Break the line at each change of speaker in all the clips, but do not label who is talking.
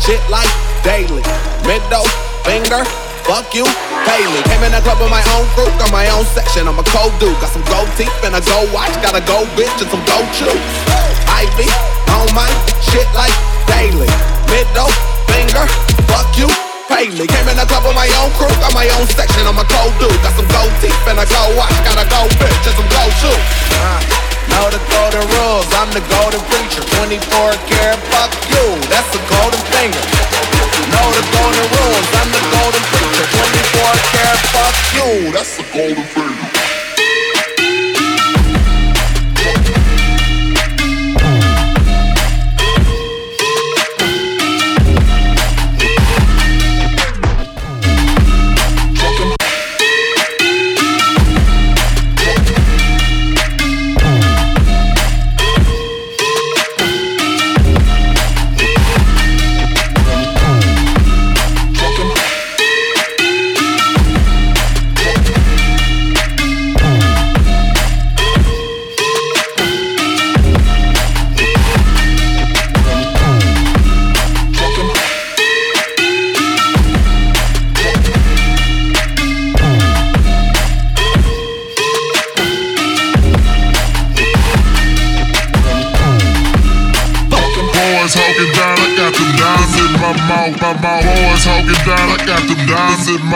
shit like daily. Middle finger, fuck you, daily. Came in the club with my own group, got my own section. I'm a cold dude, got some gold teeth and a gold watch, got a gold bitch and some gold shoes. Ivy on my shit like daily. Middle finger, fuck you, daily. Came in the club with my own crew, got my own section. I'm a cold dude, got some gold teeth and a gold watch, got a gold bitch and some gold shoes. Uh. Know the golden rules, I'm the golden preacher 24 karat, fuck you, that's the golden finger Know the golden rules, I'm the golden preacher 24 karat, fuck you, that's the golden finger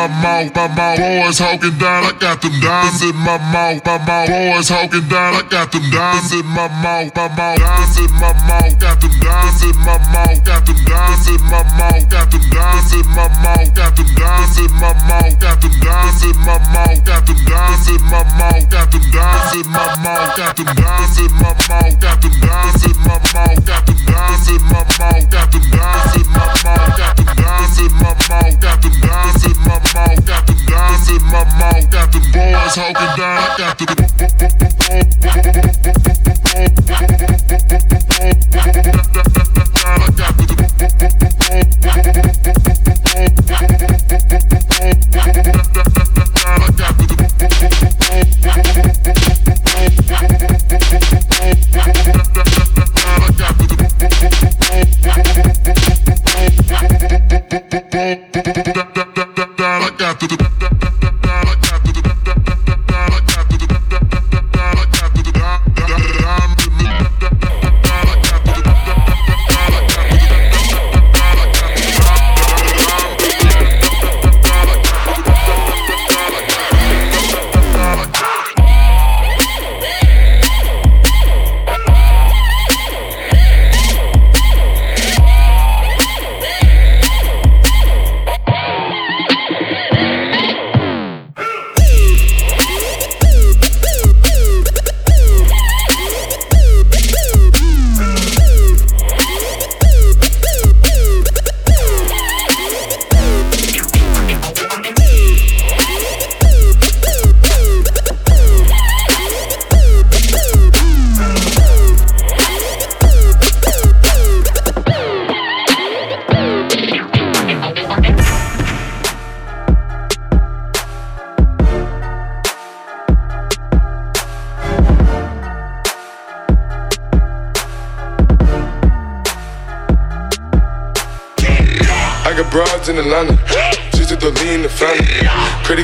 boys hawking down, I got them dimes in my mouth, my mouth. Boys hawking down, I got them dimes in my mouth, my mouth. Dimes in my mouth, got them dimes in my mouth, got them dimes in my mouth, got them dimes in my mouth, got them dimes in my mouth, got them dimes in my mouth, got them dimes in my mouth, got them dimes in my mouth, got them dimes in my mouth, got them dimes in my mouth, got them dimes in my mouth, got them dimes in my mouth, got them dimes in my mouth, got them dimes in my mouth, got them dimes in my mouth. Got the boys holding down. I got the I got the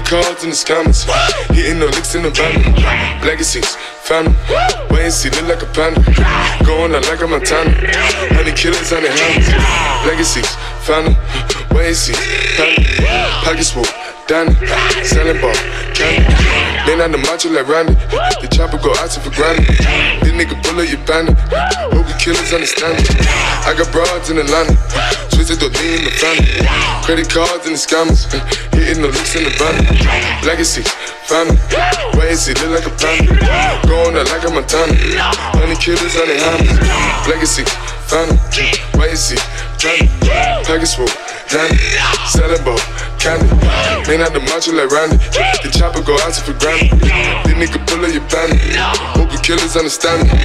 cards in the scammers. Hitting the licks in the van. Legacies, family. Wait and see, look like a panda. Going out like a Montana. Honey killers on the hands. Legacies, family. Wait and see, panda. Pockets full, Danny. Selling ball, candy. Then on the macho like Randy. The chopper go out for granted. This nigga bullet, you bandit. Hope killers understand it. I got broads in Atlanta. Twisted the lean in the family. Credit cards in the scammers. Hitting the looks in the van. Legacy, family. Why is it look like a panda? Going out like a Montana. Honey killers on the hammers. Legacy, family. Why is it family? Package swoop, Danny. Selling ball, candy. Man out the macho like Randy. The chopper go out for granted. This nigga pull up your bandit. Hope the killers understand me.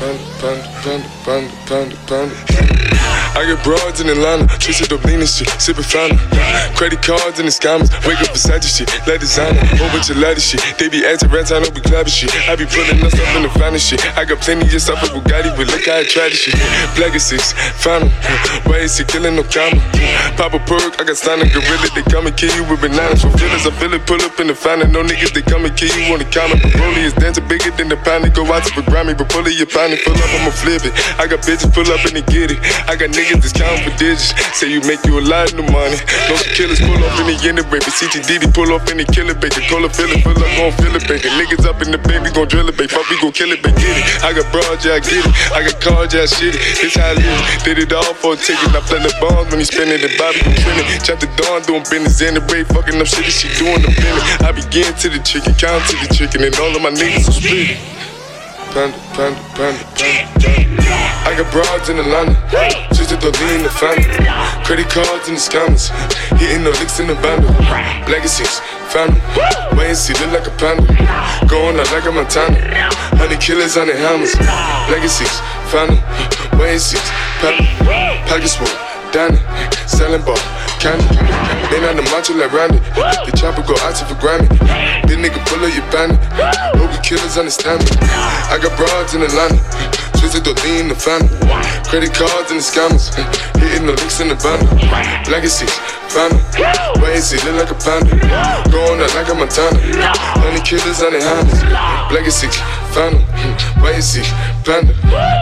Panda, panda, panda, panda, panda, panda. I get broads in Atlanta, twisted up lean and shit, sipping fine. Credit cards and the scammers, wake up beside your shit, let designer, whole bunch of ladder shit. They be acting rats, I know we clapping shit. I be pulling us up in the finest shit. I got plenty of stuff with Bugatti, but look how I try this shit. Black and six, final. Why is he killing no comma? Pop a perk, I got signed a gorilla, they come and kill you with bananas. From feelings, I feel it, pull up in the final. No niggas, they come and kill you on the comma. Broly is dancing bigger than the pound, they go out to the Grammy, but pull it, you find it, pull up, I'ma flip it. I got bitches pull up and they get it. I got niggas that's counting for digits. Say you make you a lot of the money. No killers pull up in the inner baby. CTDD pull up in the killer baker. Call a feeling, pull up, gon' feel it, baker. Niggas up in the baby, gon' drill it, baby. Fuck, we gon' kill it, but get it. I got broad, yeah, I get it. I got cards, yeah, I shit it. This how I live. Did it all for a ticket. I play the bombs when he spinning the Bobby be trending. Chop the dawn, doing business in the way. Fucking up shit that she doing the billing. I begin to the chicken, count to the chicken, and all of my niggas are split. Panda, panda, panda, panda, panda. I got broads in Atlanta, just the lean in the family. Credit cards in the scammers, hitting the licks in the bundle. Legacies, family, wait and see, look like a panda. Going out like a Montana, honey killers on the hammers. Legacies, family, wait and see, panda, package full. Danny, selling ball, candy. Then on the macho like Randy. The chopper go out to for Grammy. This nigga pull up your bandit. Hope you killers understand me. I got broads in Atlanta. Twisted the lean in the family. Credit cards and the scammers. Hitting the licks in the van. Legacy, family. Why is he look like a panda? Going out like a Montana. Honey killers on the hands. Legacy, family. Why is he panda?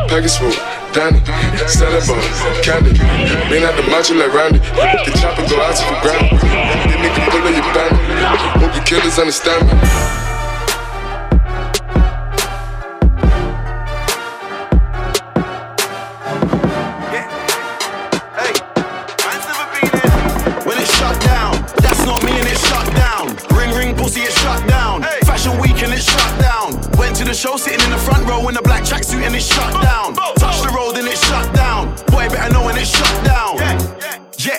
Package full. Danny, selling ball, candy. Been at the macho like Randy. The chopper go out to the ground. The nigga pull up your bandit. Hope you killers understand me.
When it's shut down, that's not me and it's shut down. Ring ring pussy, it's shut down. Fashion week and it's shut down. Went to the show sitting in the front row in a black tracksuit and it's shut down. Touch the road and it's shut down. Boy, better know when it's shut down. Yeah,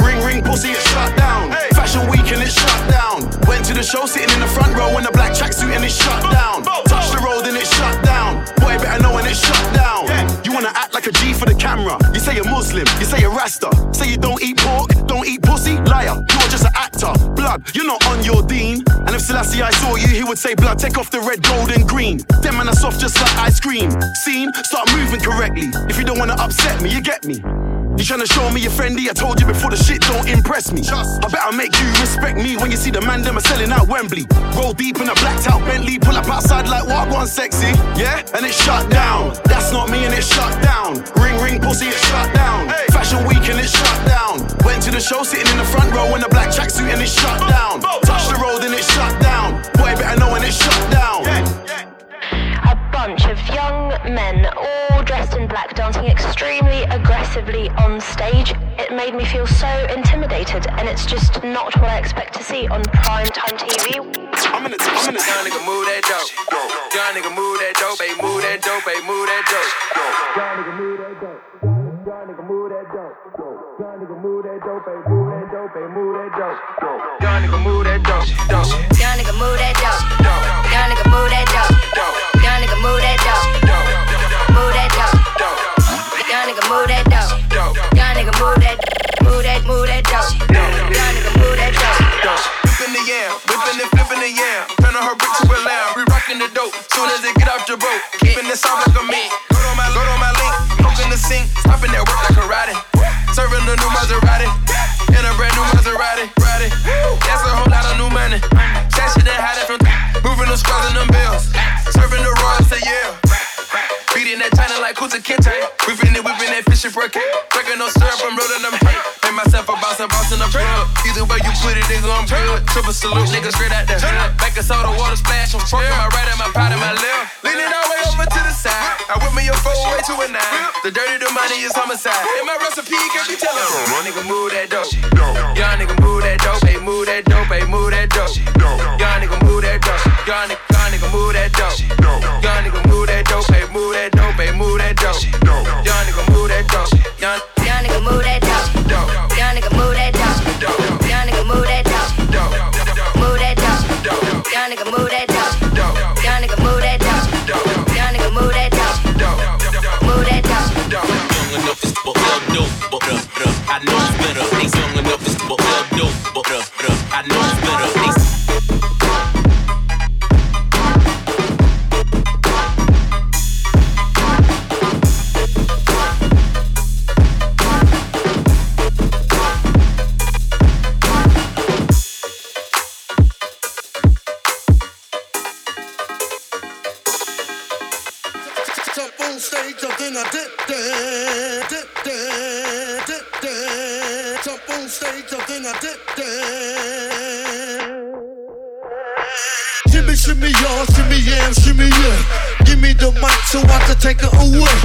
Ring ring pussy, it's shut down. Fashion week and it's shut down. Went to the show sitting in the front row in a black tracksuit and it's shut down. Touch the road and it's shut down. Boy, better know when it's shut down. You wanna act like a G for the camera. You say you're Muslim, you say you're Rasta. Say you don't eat pork, don't eat pussy, liar. You're just an actor. Blood, you're not on your dean. And if Selassie I saw you, he would say, Blood, take off the red, gold, and green. Them man are soft just like ice cream. Scene, start moving correctly. If you don't wanna upset me, you get me. You tryna show me you're friendly? I told you before the shit don't impress me. I better make you respect me when you see the man them are selling out Wembley. Roll deep in a blacked out Bentley, pull up outside like what one sexy, yeah? And it's shut down. That's not me and it's shut down. Ring ring pussy, it's shut down. Fashion week and it's shut down. Went to the show sitting in the front row in a black tracksuit and it's shut down. Touch the road and it's shut down. Boy, better know when it's shut down.
a bunch of young men all dressed in black dancing extremely aggressively on stage. It made me feel so intimidated and it's just not what I expect to see on prime time TV.
I'm in the, I'm in the,
Young nigga move that dope. Young nigga move that dope. Ayy, move that dope. Ayy, move that dope. Young nigga move that dope. Young nigga move that dope. Young nigga move that dope. Ayy, move that dope. Ayy, move that dope. Young nigga move that dope. Dope.
Young nigga move that dope. Young nigga move that dope. Young nigga move that dope. Move that dope. Young nigga move that dope. Young nigga move that move that move that dope. Young nigga move that dope.
Whipping the yam, whipping and flipping the yam. Turning her brick to a lamb. We rocking the dope. Soon as it get off your boat, keeping it soft like a mink. Load on my, load on my link. Poking the sink, stopping that work like karate. Serving the new Maserati, and a brand new Maserati. Riding. That's a whole lot of new money. Stash it and hide it from moving the squads and them bills. Serving the royals to yeah. Beating that China like Kuta Kinte. Whipping it, whipping that fishing for a cake. Breaking no syrup, I'm rolling them hate. Made myself a boss, boss and boss in the trailer. Either way you put it, nigga, I'm real. Triple salute, nigga, straight out the hood. Back and soda, water splash, I'm fucking my right and my pot and my left. Lean it all way over to the side. I whip me a four way to a nine. The dirty, the money is homicide. In my recipe, can you tell 'em? Young nigga, move that dope. Young nigga, move that dope. Hey, move that dope. Hey, move that dope. Young nigga, move that dope. Young nigga, young nigga, move that dope. Young nigga, move that dope. Hey, move that dope. Hey, move that dope. Young nigga, move that dope. Young
Young nigga move that dope.
dope.
Young nigga move that dope.
Dope.
Young nigga move that dope.
Dope.
Move that dope.
Dope.
Young nigga move that dope.
Dope.
Young nigga move that dope. Young nigga move that dope. Move that dope.
young enough is but up dope, but uh, uh, I know it's better. They young enough is but up dope, but uh, uh, I know it's better. They
Step on stage and then I dip, dip, dip, dip, dip, dip. Jump on stage and then I dip, dip. Shimmy, shimmy, y'all, shimmy, yeah, shimmy, yeah. Give me the mic so I can take it away.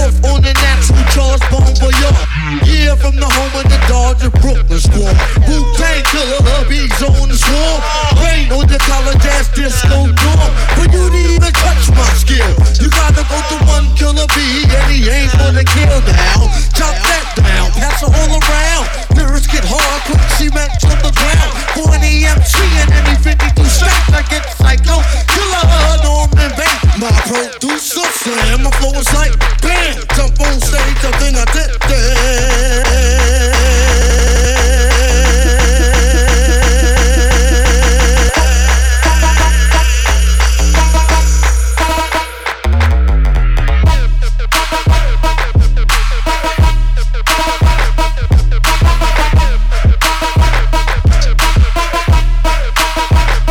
Off on the natural charge, bone for y'all. Yeah, from the home of the Dodger Brooklyn squad. Wu Tang killer, hubby's on the swarm. Rain on the college ass disco dorm. But you didn't even touch my skill. You gotta go to one killer bee, and he ain't gonna kill now. Chop that down, pass it all around. Lyrics get hard, put cement on the ground. For an EMC and any 52 stack, like it's psycho. Killer, Norman Bank. My producer slam, my flow is like bam. Jump on stage, I think I did that.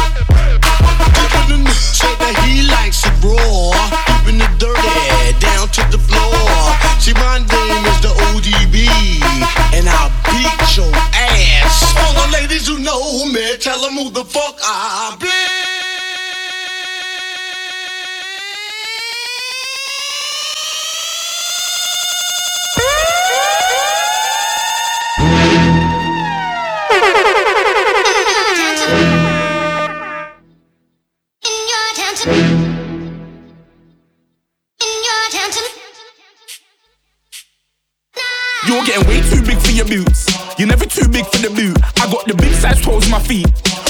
Open the news, say that he likes it raw. Deep in the dirty, down to the floor. See, my name is the ODB, and I'll beat your ass. All the ladies who know me, tell them who the fuck I
In your attention. In your attention.
You're getting way too big for your boots. You're never too big for the boot. I got the big size toes in my feet.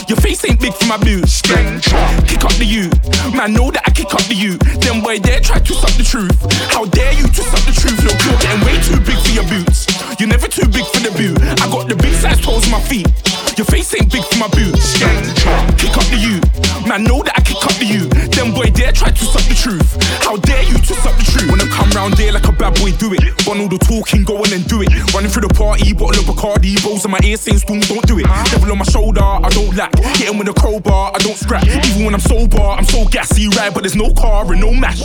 Your face ain't big for my boots. Kick up the you. Man, know that I kick up the you. Then boy, dare try to suck the truth. How dare you to suck the truth? Look, you're getting way too big for your boots. You're never too big for the boot. I got the big size toes in my feet. Your face ain't big for my boots. Kick up the you. Man, know that I kick up the you. Then boy, dare try to suck the truth. How dare you to suck the truth? Wanna come round here like a bad boy, do it. Run all the talking, go on and do it. Running through the party, bottle of Bacardi, rolls in my ear saying, Storm, don't do it. Devil on my shoulder, I don't lack. Hitting with a crowbar, I don't scrap. Even when I'm sober, I'm so gassy, right? But there's no car and no match.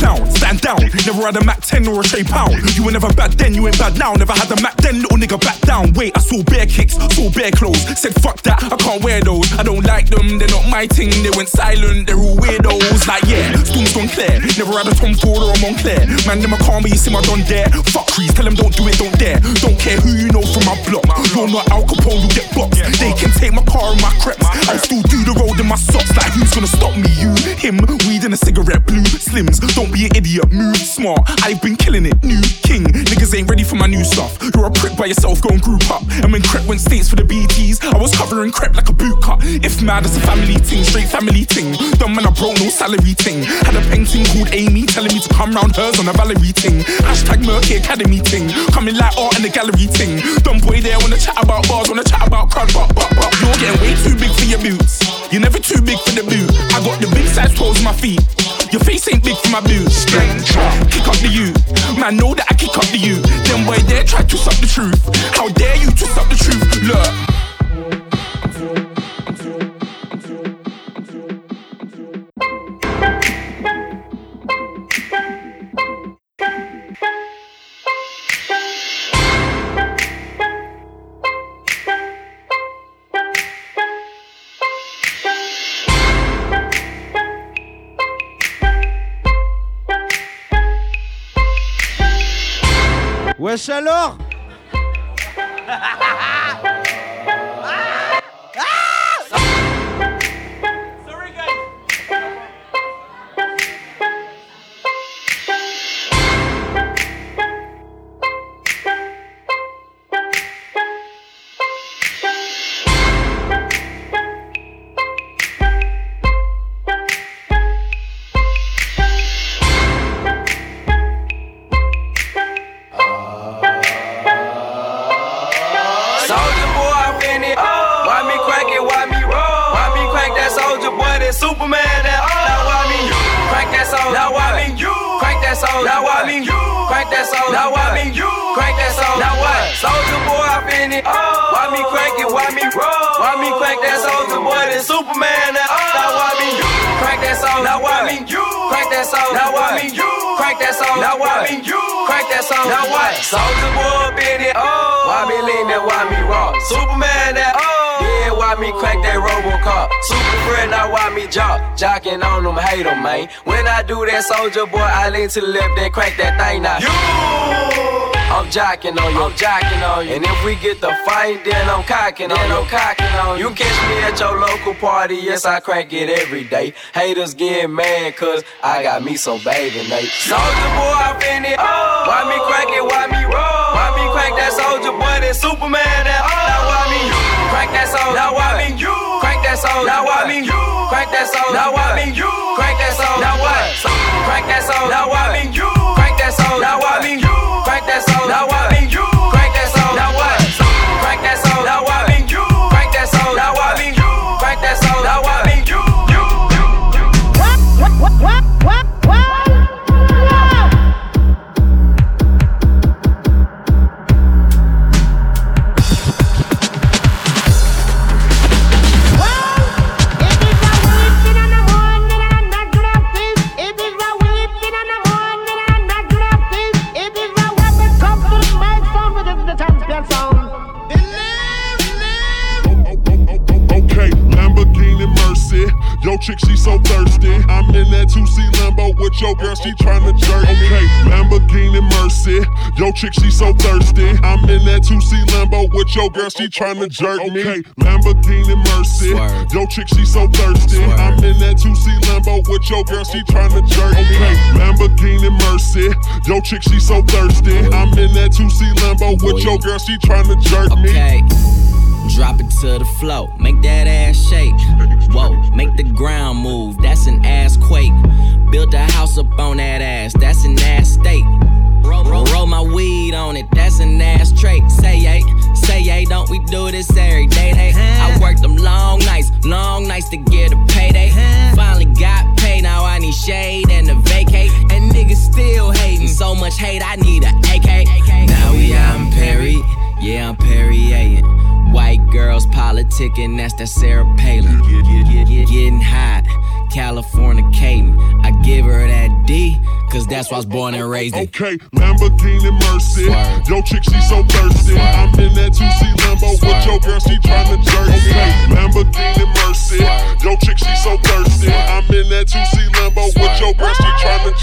Clown, stand down. Never had a Mac 10 or a Shay Pound. You were never bad then, you ain't bad now. Never had a Mac then, little nigga, back down. Wait, I saw bare kicks, saw bare clothes. Said, fuck that, I can't wear those. I don't like them, they're not my thing. They went silent, they're all weirdos. Like, yeah, Storm's gone clear. Never had a Tom Ford or a Montclair. Man, them a call me, see my don't dare. Fuck trees, tell them don't do it, don't dare. Don't care who you know from my block. You're not Al Capone, you get boxed. They can take my car and my creps. I still do the road in my socks. Like, who's gonna stop me? You, him, weed and a cigarette, blue slims. Don't be an idiot, move smart. I've been killing it, new king. Niggas ain't ready for my new stuff. You're a prick by yourself, go and group up. I'm in crep, went states for the BTs. I was covering crep like a boot cut. If mad, it's a family thing, straight family thing. Dumb man, I broke no salary thing. Had a painting called Amy telling me to come round hers on a Valerie thing. Hashtag Murky Academy thing. Coming like art in the gallery thing. Dumb boy there, wanna chat about bars, wanna chat about crowd, but, but, but. You're getting way too big for your boots. You're never too big for the boot. I got the big size toes in my feet. Your face ain't big for my boots. Kick up the you. Man, know that I kick up the you. Then boy there, try to suck the truth. How dare you to suck the truth? Look.
Wesh alors
Soldier boy, I'm finna oh. Why me crack it? Why me roll? Why me crack that soldier boy? That Superman? That oh. Now why me you crack that soldier? Now why me you crack that soldier? Now why me you crack that soldier? Now why me you crack that soldier? Now what? Soldier boy, I'm finna oh. Why me crack it? Why me roll? Why me crack that soldier boy? That Superman? That oh. Now why me you crack that soldier? Now why me you crack that soldier? Now why me you crack that soldier? Now why me you crack that soldier? Now what? Soldier boy, been it oh. Why me lean that? Why me raw? Superman that oh. Yeah, why me crack that Robocop? Super friend, now why me jock? Jocking on them, hate them, man. When I do that, soldier boy, I lean to the left and crack that thing now. You. I'm jocking on you, I'm jocking on you. And if we get the fight, then I'm cocking on you. I'm cocking on you. You catch me at your local party, yes, I crack it every day. Haters get mad, cause I got me some baby, Nate. Soldier boy, I finna, oh. Why me crack it, why me roll? Why me crack that soldier boy, that Superman, that oh. Now why me you? Crack that soldier. Now why me you? Crack that soldier. Now why me you? Crack that soldier. Now why me you? Crack that soldier. Now what? Crack that soldier. Now why me you? Crack that soldier. Now why me you? Crack that soldier. Now why me you? Crack that soldier. Now what? Crack that soldier. Now why me you? Crack that soldier. Now why me you? Crack that soldier. Now why me you? You.
Okay, Lamborghini Mercy. Yo, chick, she so thirsty. I'm in that 2C Lambo with your girl, she tryna jerk me. Okay, Lamborghini Mercy. Yo, chick, she so thirsty. I'm in that 2C Lambo with your girl, she tryna jerk me. Okay, Lamborghini Mercy. Yo, chick, she so thirsty. I'm in that 2C Lambo with your girl, she tryna jerk me. Okay, Lamborghini Mercy. Yo, chick, she so thirsty. I'm in that 2C Lambo with your girl, she tryna jerk me.
Okay. Drop it to the flow, make that ass shake. Whoa, make the ground move, that's an ass quake. Built a house up on that ass, that's an ass state. Roll, roll, roll my weed on it, that's an ass trait. Say yay, say yay, don't we do this every day? They, I worked them long nights, long nights to get a payday. Finally got paid, now I need shade and a vacate. And niggas still hating, so much hate, I need a AK. Now we out in Perry, yeah, I'm Perrier. White girls politicking, that's that Sarah Palin. Getting hot, Californicating. I give her that D, cause that's why I was born and raised in.
Okay, Lamborghini Mercy. Yo, chick, she so thirsty. I'm in that 2C Lambo with your girl, she tryna jerk me. Okay, Lamborghini Mercy. Yo, chick, she so thirsty. I'm in that 2C Lambo with your girl, she tryna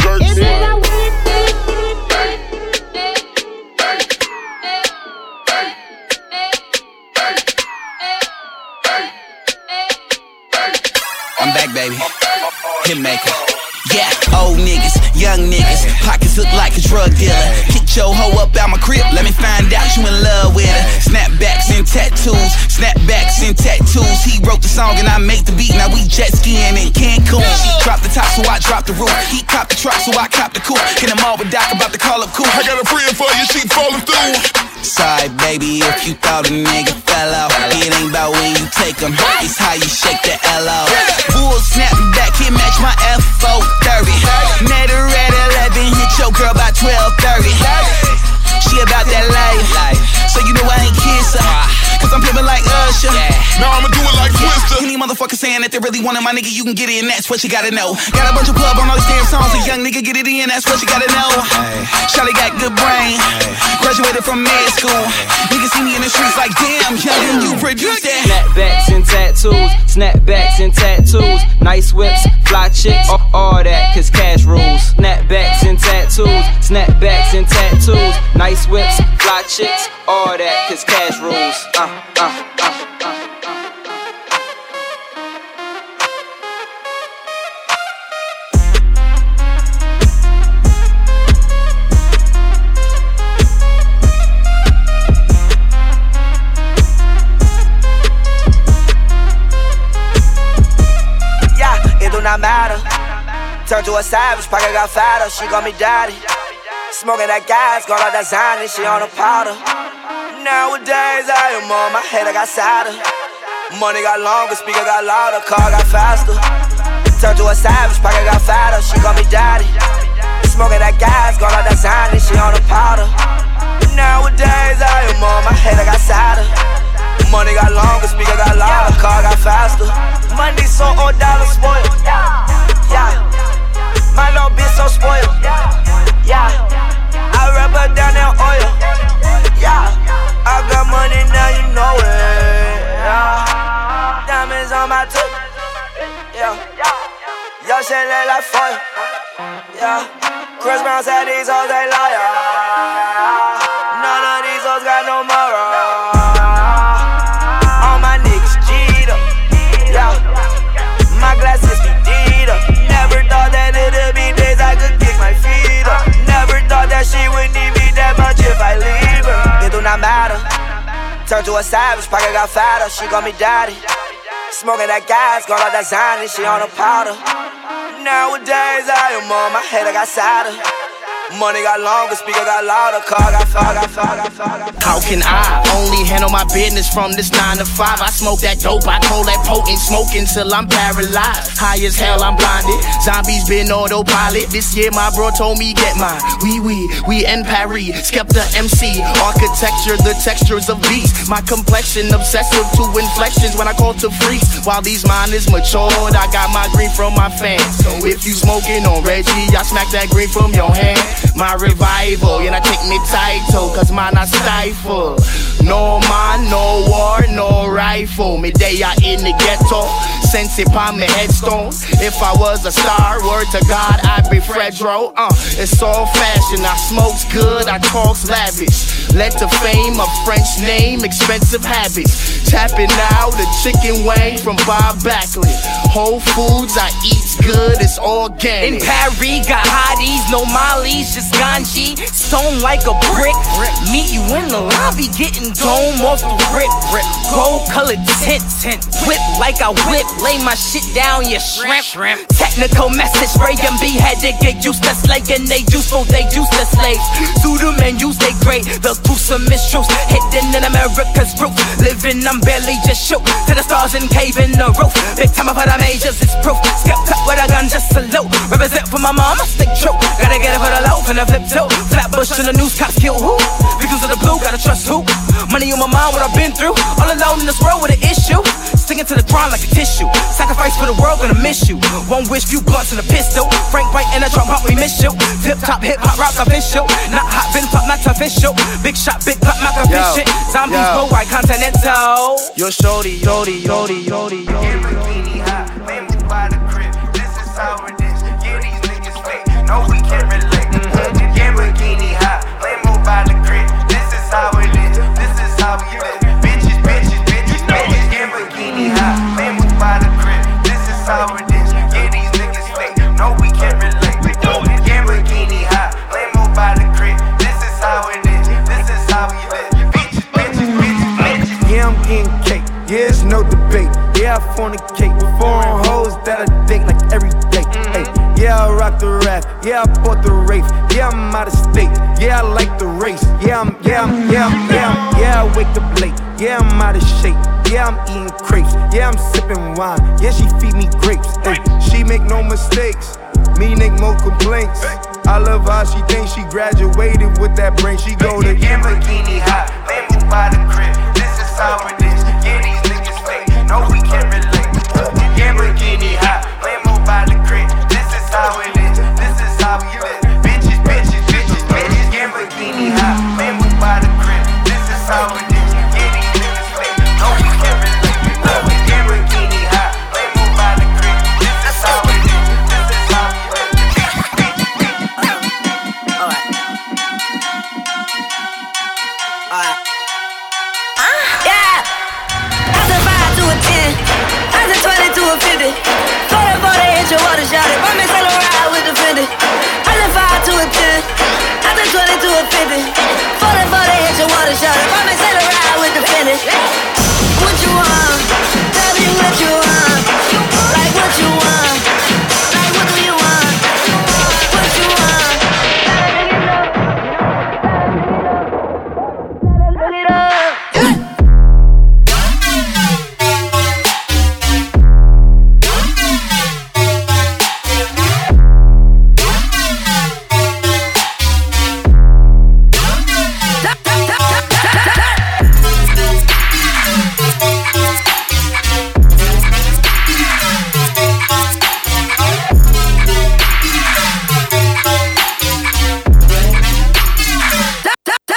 jerk me.
I'm back, baby. Hitmaker. Yeah, old niggas, young niggas, pockets look like a drug dealer. Get your hoe up out my crib, let me find out you in love with her. Snapbacks and tattoos, snapbacks and tattoos. He wrote the song and I make the beat. Now we jet skiing in Cancun. She dropped the top, so I dropped the roof. He copped the truck, so I copped the coupe. Hit him all with Doc about to call up cool. I got a friend for you, she falling through. Sorry, baby, if you thought a nigga fell off. It ain't about when you take 'em, it's how you shake the L off. Bull snapping back, he match my F4 30. Met her at 11, hit your girl by 12:30. She about that life, so you know I ain't kiss her. Cause I'm pimpin' like Usher. Now I'ma do it like Twister. Any motherfucker saying that they really wanted my nigga, you can get in, that's what you gotta know. Got a bunch of club on all these damn songs, a young nigga get it in, that's what you gotta know. Shawty got good brain, graduated from med school. Niggas see me in the streets like, damn, young, you produce that.
Snapbacks and tattoos, snapbacks and tattoos, nice whips, fly chicks, all, all that, cause cash rules. Snapbacks and tattoos, snapbacks and tattoos, nice whips,
uh, uh, uh, uh.
Yeah, it do not matter. Turned to a savage, pocket got fatter. She call me daddy. Smoking that gas, got all that zany. She on a powder. Nowadays, I am on my head, I got sadder. Money got longer, speaker got louder, car got faster. Turned to a savage, pocket got fatter. She call me daddy. Smoking that gas, got all that zany. She on a powder. Nowadays, I am on my head, I got sadder. Money got longer, speaker got louder, car got faster. Money so old, dollars spoiled. Yeah, my little bitch so spoiled. Yeah, I rub her down in oil. Yeah, I got money now, you know it. Yeah. Diamonds on my tooth. Yeah, your shit look like fire. Yeah, Chris Brown said these hoes they liar. None of these hoes got no moral. All my niggas G'd up. Yeah. My glasses be Dita. Never thought that it'd be days I could kick my feet up. Never thought that she would need me that much if I leave her. It do not matter. Turned to a savage, pocket got fatter. She call me daddy. Smoking that gas, got all that zany. She on a powder. Nowadays I am on my head, I got sadder. Money got longer, speaker got louder, car got far, got far, got far, got far.
How can I only handle my business from this nine to five? I smoke that dope, I call that potent, smoking till I'm paralyzed. High as hell, I'm blinded. Zombies been autopilot. This year, my bro told me get mine. We, we, we in Paris. Skepta MC, architecture, the textures of beats. My complexion obsessive to inflections when I call to freaks. While these mine is matured, I got my green from my fans. So if you smoking on Reggie, I smack that green from your hand. My revival, and I take me title, cause mine I stifle. No man, no war, no rifle. Me day I in the ghetto, sense it upon me headstone. If I was a star, word to God, I'd be Fredro. Uh, it's all fashion, I smokes good, I talks lavish. Let the fame of French name, expensive habits. Tapping out the chicken wing from Bob Backlund. Whole Foods, I eat good, it's organic.
In Paris, got hotties, no mollies, just ganji. Stone like a brick. Meet you in the lobby, getting dome off the rip. Gold colored tint, whip like I whip. Lay my shit down, you shrimp. Technical message, spray and behead to get used to slaying. They useful, they useless slaves. Do them and use they great. The gruesome mistress hidden in America's roof. Living, I'm barely just shook to the stars and cave in the roof. Big time I put on majors, it's proof. Skip cut with a gun, just salute. Represent for my mama, stick true. Gotta get it for the loaf and a flip too. Flatbush to the news, cops kill who? Victims of the blue, gotta trust who? Money on my mind, what I've been through. All alone in this world with an issue. Sticking to the grind like a tissue. Sacrifice for the world, gonna miss you. One wish, few blunts and a pistol. Frank White and a drum, pop, we miss you. Tip top, hip hop, rock official. Not hot, been pop, not official. Big shot, big pop, not
Yo,
official. Zombies,
yo.
go white, continental.
Yo, shorty, shorty, shorty, shorty, shorty.
Yeah, I'm getting cake. Yeah, it's no debate. Yeah, I fornicate. Foreign hoes that I date like every day. Ay, yeah, I rock the rap. Yeah, I bought the rape. Yeah, I'm out of state. Yeah, I like the race. Yeah, I'm, yeah, I'm, yeah, I'm, yeah, I'm, yeah, I wake up late. Yeah, I'm out of shape. Yeah, I'm eating crepes. Yeah, I'm sipping wine. Yeah, she feed me grapes. Ay, she make no mistakes. Me make no complaints. I love how she thinks she graduated with that brain. She go to Lamborghini hot. They move by the crib. This is how it is. Yeah, these niggas fake. No, we can't relate. Lamborghini hot. They move by the crib. This is how it is. This is how we live. Bitches, bitches, bitches, bitches. Lamborghini hot. They move by the crib. This is how it is. Yeah, these niggas fake. No, we can't relate. Lamborghini hot. They move by the crib. This is how it is. This is how we live.
Alright. Alright.
Ah! a 50. Throw that ball, they hit your water shot it. My man sell a ride with the Fendi. I done 5 to a 10. I done 20 to a 50. Throw that ball, they hit your water shot it. My man sell a ride with the Fendi. What you want? Tell me what you want. Like what you want. Like what do you want? What you want? You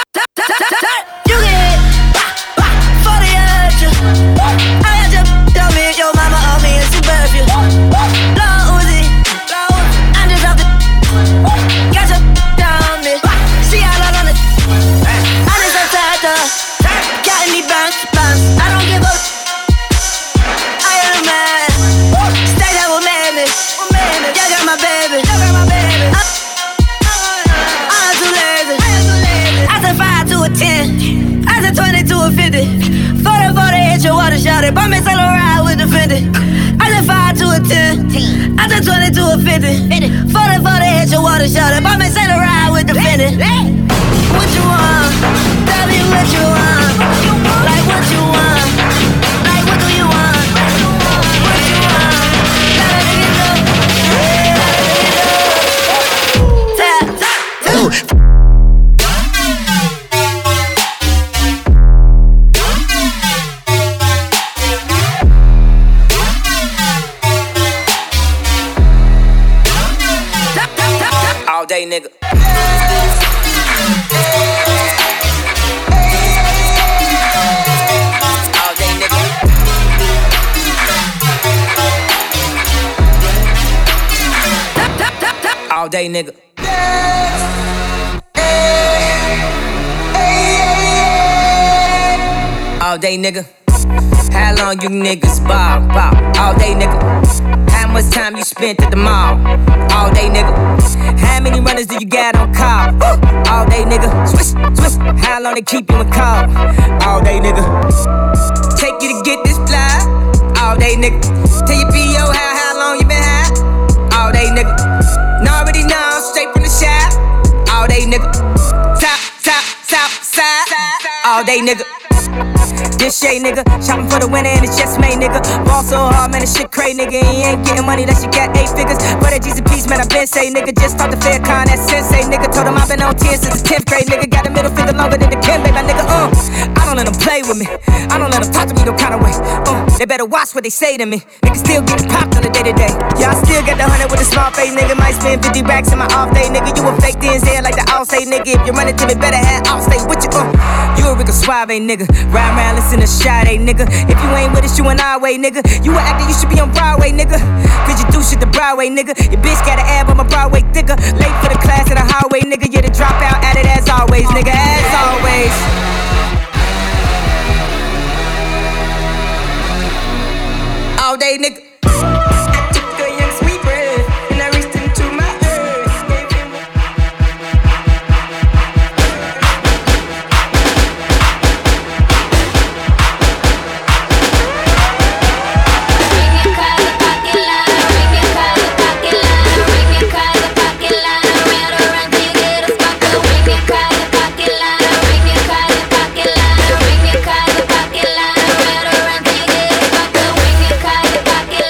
get hit, bah, bah, 40 I hurt you. I got your dumb bitch, your mama owe me a superfluous. Lil Uzi, I just dropped it. Got your dumb bitch, she out on it. I just uptight her, got uh, me bounce, bounce. I don't give up. I am a man, stay there with mammy. Y'all got my baby. I- I'm too lazy. I said five to a ten. I said 20 to a 50. 40, 40, hit your water, shot it. Bumpin' solo ride with the Fendi. I said 5 to a 10. I said 20 to a 50. 40, 40, hit your water, shot it. Bumpin' solo ride with the Fendi. What you want? Tell me what you want. Like what you want. Like what do you want? What you want? Gotta make it look. Tap, tap, tap.
All day, nigga. All day, nigga. All day, nigga. All day, nigga. How long you niggas bob, bob? All day, nigga. How much time you spent at the mall? All day, nigga. How many runners do you got on call? Woo! All day, nigga. Swish, swish. How long they keep you in call? All day, nigga. Take you to get this fly? All day, nigga. Tell your PO how, how long you been high? All day, nigga. Know already know, I'm straight from the shop. All day, nigga. Top, top, top, side. All day, nigga. This shit, nigga. Shopping for the winner and it's just made, nigga. Ball so hard, man, this shit crazy, nigga. He ain't getting money that she got eight figures. But at Jesus Peace, man, I been say, nigga. Just talk to Faircon, that sensei, nigga. Told him i been on 10 since the 10th grade, nigga. Got a middle finger longer than the Kim, baby, nigga. Uh, I don't let them play with me. I don't let them talk to me no kind of way. Uh, they better watch what they say to me. Nigga still getting popped on the day to day. Yeah, I still got the hundred with a small face, nigga. Might spend 50 racks in my off day, nigga. You a fake Denzel like the all say, nigga. If you're running to me, better have all stay with you. Uh, you a Rico Suave, nigga. Ride around, listen to Sade, nigga. If you ain't with us, you an our way, nigga. You an actor, you should be on Broadway, nigga. Cause you do shit the Broadway, nigga. Your bitch got an ab, I'm a Broadway thicker. Late for the class in the hallway, nigga. You're the dropout at it as always, nigga. As always. All day, nigga.
Pocket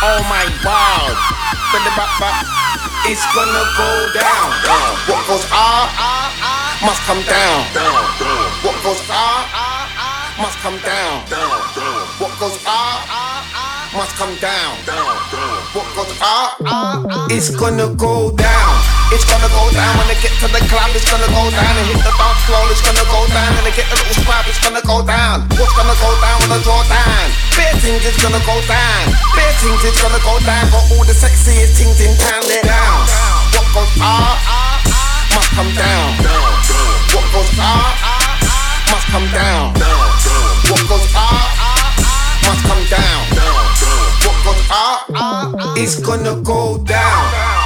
Oh my wow. Bada bop bop. It's gonna go down. What goes up must come down. What goes up must come down. What goes up must come down. What goes up it's gonna go down. It's gonna go down when I get to the club. It's gonna go down and hit the bounce floor. It's gonna go down and I get the little spot. It's gonna go down. What's gonna go down when I draw down? Bad things is gonna go down. Bad things is gonna go down. Got all the sexiest things in town. Let down. What goes up must come down. What goes up must come down. What goes up must come down. What goes up is gonna go down.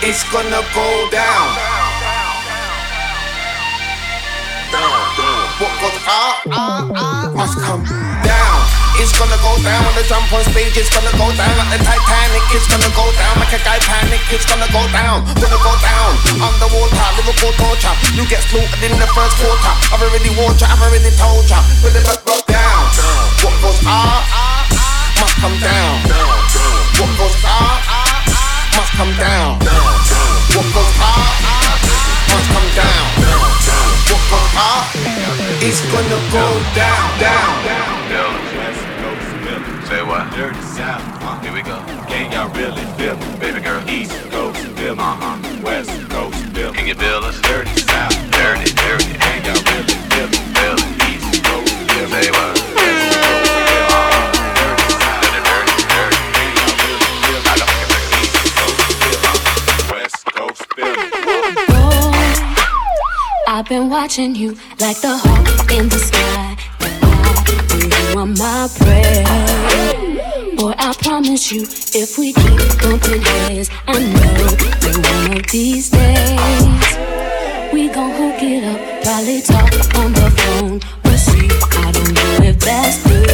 It's gonna go down. What goes up must come down. It's gonna go down when I jump on stage. It's gonna go down like the Titanic. It's gonna go down like a guy panic. It's gonna go down, gonna go down. Underwater, lyrical torture. You get slaughtered in the first quarter. I've already warned ya. I've already told ya. But it must go down. What goes up must come down. What goes up must come down. What goes up must come down. What goes up is gonna go down, down, down. Say what? Dirty South. Here we go. Gang, y'all really feel me. Baby girl, East Coast feel me. Uh-huh. West Coast feel me. Can you feel us? Dirty South. Dirty, dirty. Gang, y'all really feel me. Feel me. East Coast feel me. Say what?
I've been watching you like the hawk in the sky. And I, you are my prey. Boy, I promise you, if we keep bumping heads, I know that one of these days we gon' hook it up. Probably talk on the phone, but see, I don't know if that's good.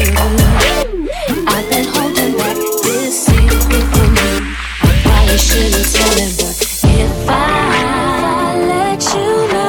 I've been holding back this secret from you. I probably shouldn't tell it, but if I let you know.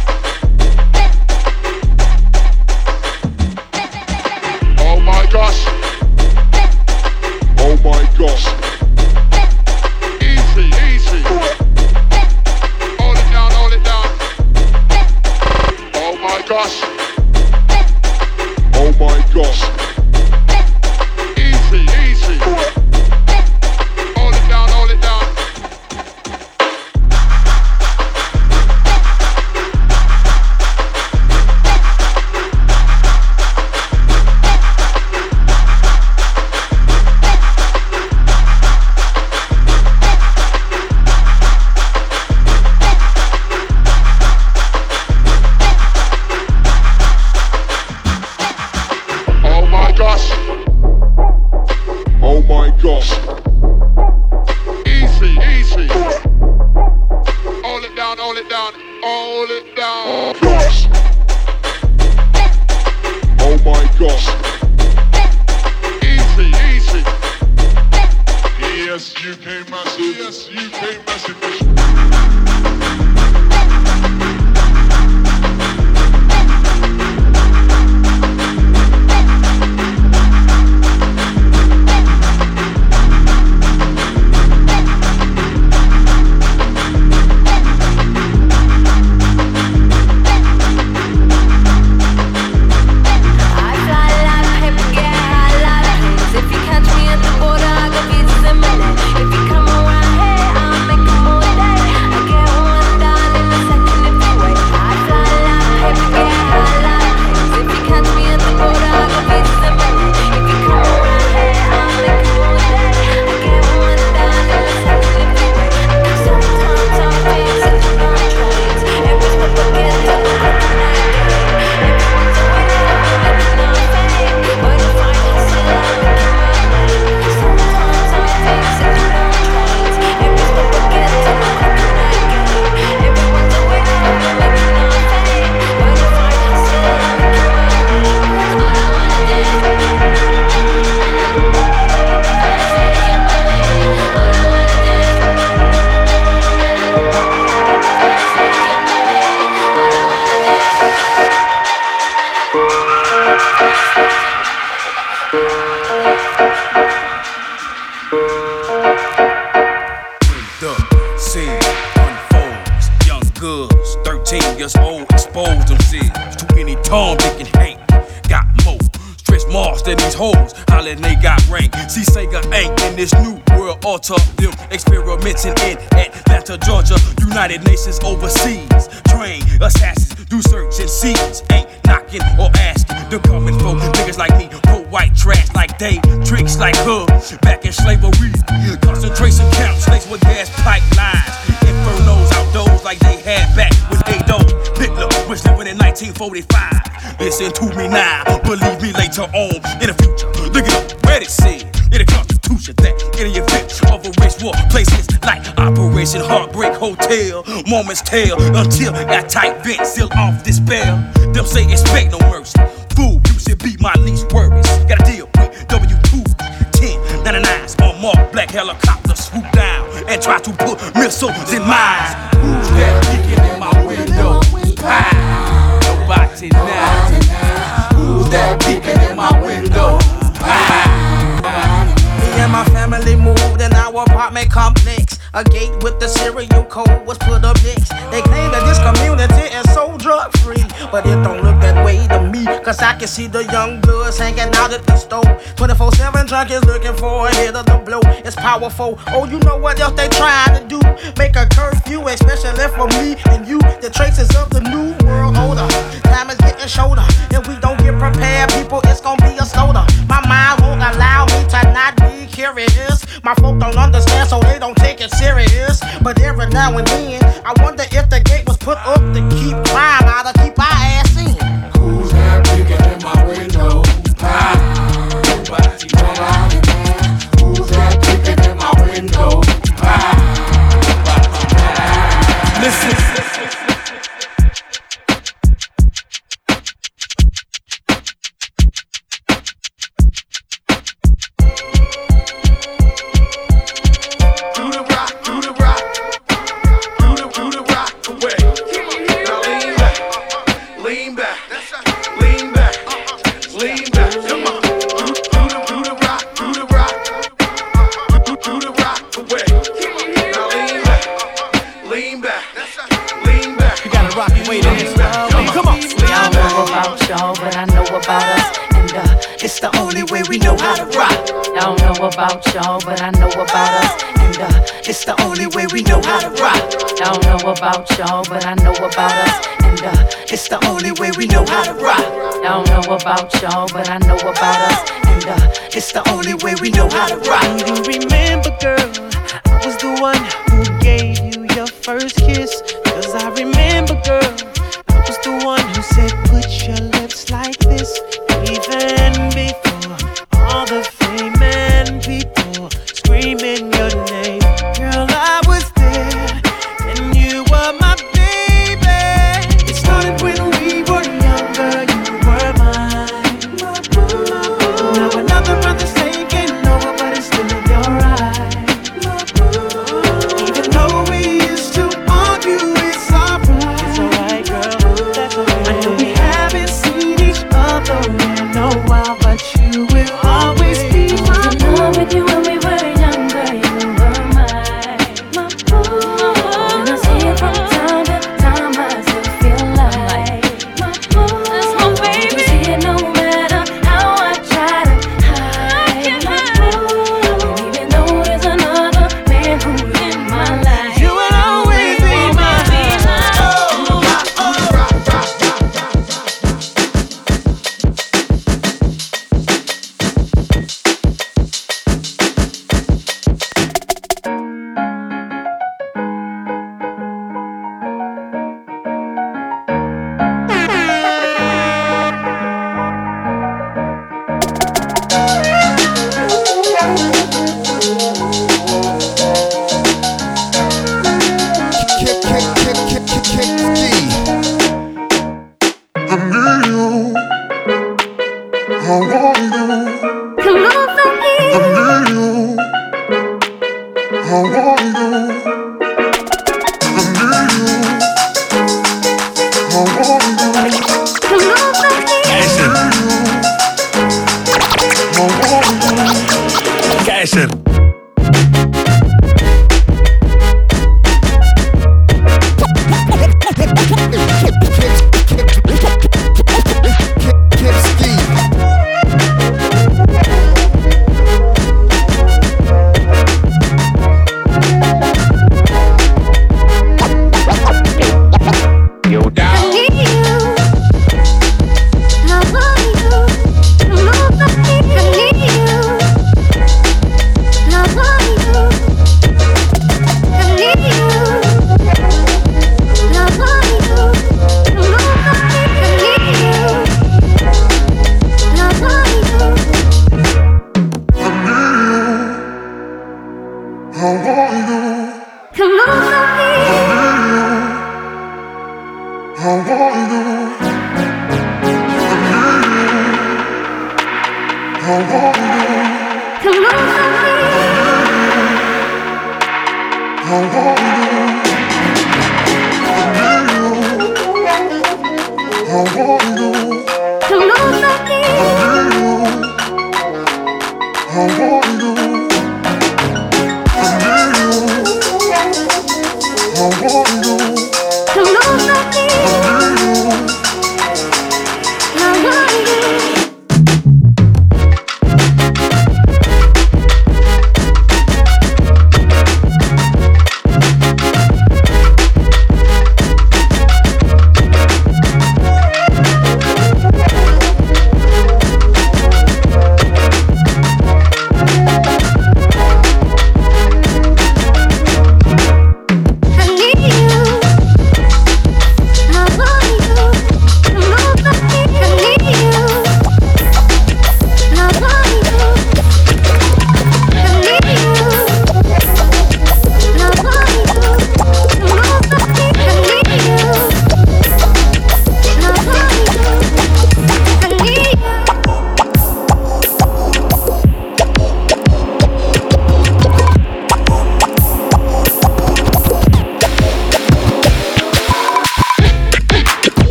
Oh Oh
Oh
Oh Hold it down. Oh my gosh. Easy, easy. Yes, you came massive. Yes, you came massive.
I fly like paper, yeah, I love planes. If you catch me at the border, I got visas in my name. If you come around here, I'll make a whole day. I get one done in a second if you wait. I fly like paper, yeah, I love planes. If you catch me at the border, I got visas in my name. If you come around here, I'll make a whole day. I get one done in a second if you wait. Sometimes I feel such a long trains. Everyone's forgetting to look at the
The scene unfolds. Young girls, 13 years old, expose themselves to any Tom, Dick, and Hank. Got more stretch marks than these hoes. Hollering they got rank. See Sega ain't in this new world alter them. Experimenting in Atlanta, Georgia, United Nations overseas. Train assassins, do search and seize. Ain't knocking or asking. They're coming for niggas like me. Pro white trash like they, tricks like her. Back in slavery, concentration camps, snakes with gas pipelines. Infernos outdoors like they had back when they don't. Hitler was living in 1945. Listen to me now, believe me later on in the future. Look it up, where it said in the Constitution that in the event of a race war, places like Operation Heartbreak Hotel, moments tell until that tight vent seal off this bell. Them say expect no mercy. Fool, you should be my least worries. Got to deal with W2 10 99s on mark black helicopter swoop down and try to put missiles in mines. Who's that kicking in my window? Ah, Nobody now. Who's that peeking in my window? Ah.
Me and my family moved in our apartment complex. A gate with the serial code was put up next. They claim that this community is so drug free, but it don't look that way to me. Cause I can see the young bloods hanging out at the store. 24 7 junkies looking for a hit of the blow. It's powerful. Oh, you know what else they trying to do? Make a curfew, especially for me and you. The traces of the new world older. Time is getting shorter. If we don't get prepared, people, it's gonna be a slaughter. My mind won't allow me to not be curious. My folk don't understand, so they don't take it serious. But every now and then, I wonder if the gate was put up to keep crime out of keep our ass in. Who's that picking in my window? Ah, Ah,
You gotta rock and wait in this. Come on. We all know about y'all, but I know about us. And uh, it's the only way we know how to rock. I don't know about y'all, but I know about us. And uh, it's the only way we know how to rock. I don't know about y'all, but I know about us. And uh, it's the only way we know how to rock. I don't know about y'all, but I know about us. And uh, it's the only way we know how to rock.
Do you remember, girl? I was the one who gave you your first kiss. Cause I remember, girl, I was the one who said, Put your lips like this. Even before all the fame and people screaming your name. Girl, I was there, and you were my baby.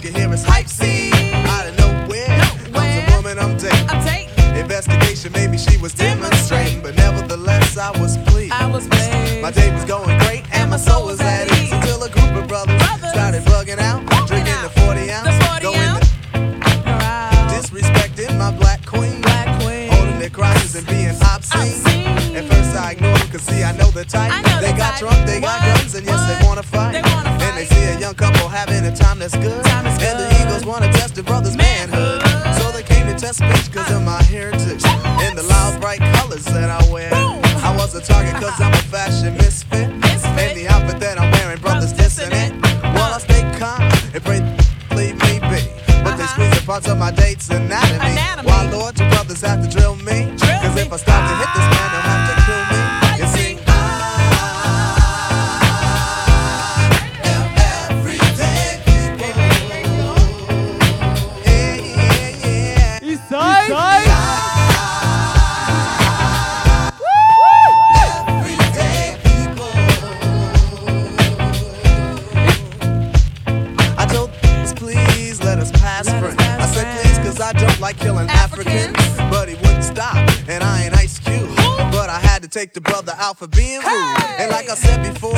to hear is hype scene. Out of nowhere, comes a woman I'm dating. Investigation, maybe she was demonstrating, but nevertheless I was pleased. I was pleased. My day was going great and my soul was at ease until a group of brothers, started bugging out, drinking the 40 ounce, going disrespecting my black queen, holding their crosses and being obscene. At first I ignored them, cause see I know the type. they got drunk, they got guns, and yes they wanna fight. And they see a young couple having a time that's good, and the Eagles wanna test the brother's manhood. So they came to test speech cause of my heritage and the loud bright colors that I wear. I was a target cause I'm a fashion misfit, and the outfit that I'm wearing, brothers dissing it. While I stay calm and pray leave me be. But they squeeze the parts of my date's anatomy. Why, Lord, your brothers have to drill me? Cause if I stop to hit this man, they'll have to kill me. You see,
Eastside.
I told us, please let us pass friends. I said please cause I don't like killing Africans. But he wouldn't stop, and I ain't Ice Cube. But I had to take the brother out for being rude. And like I said before,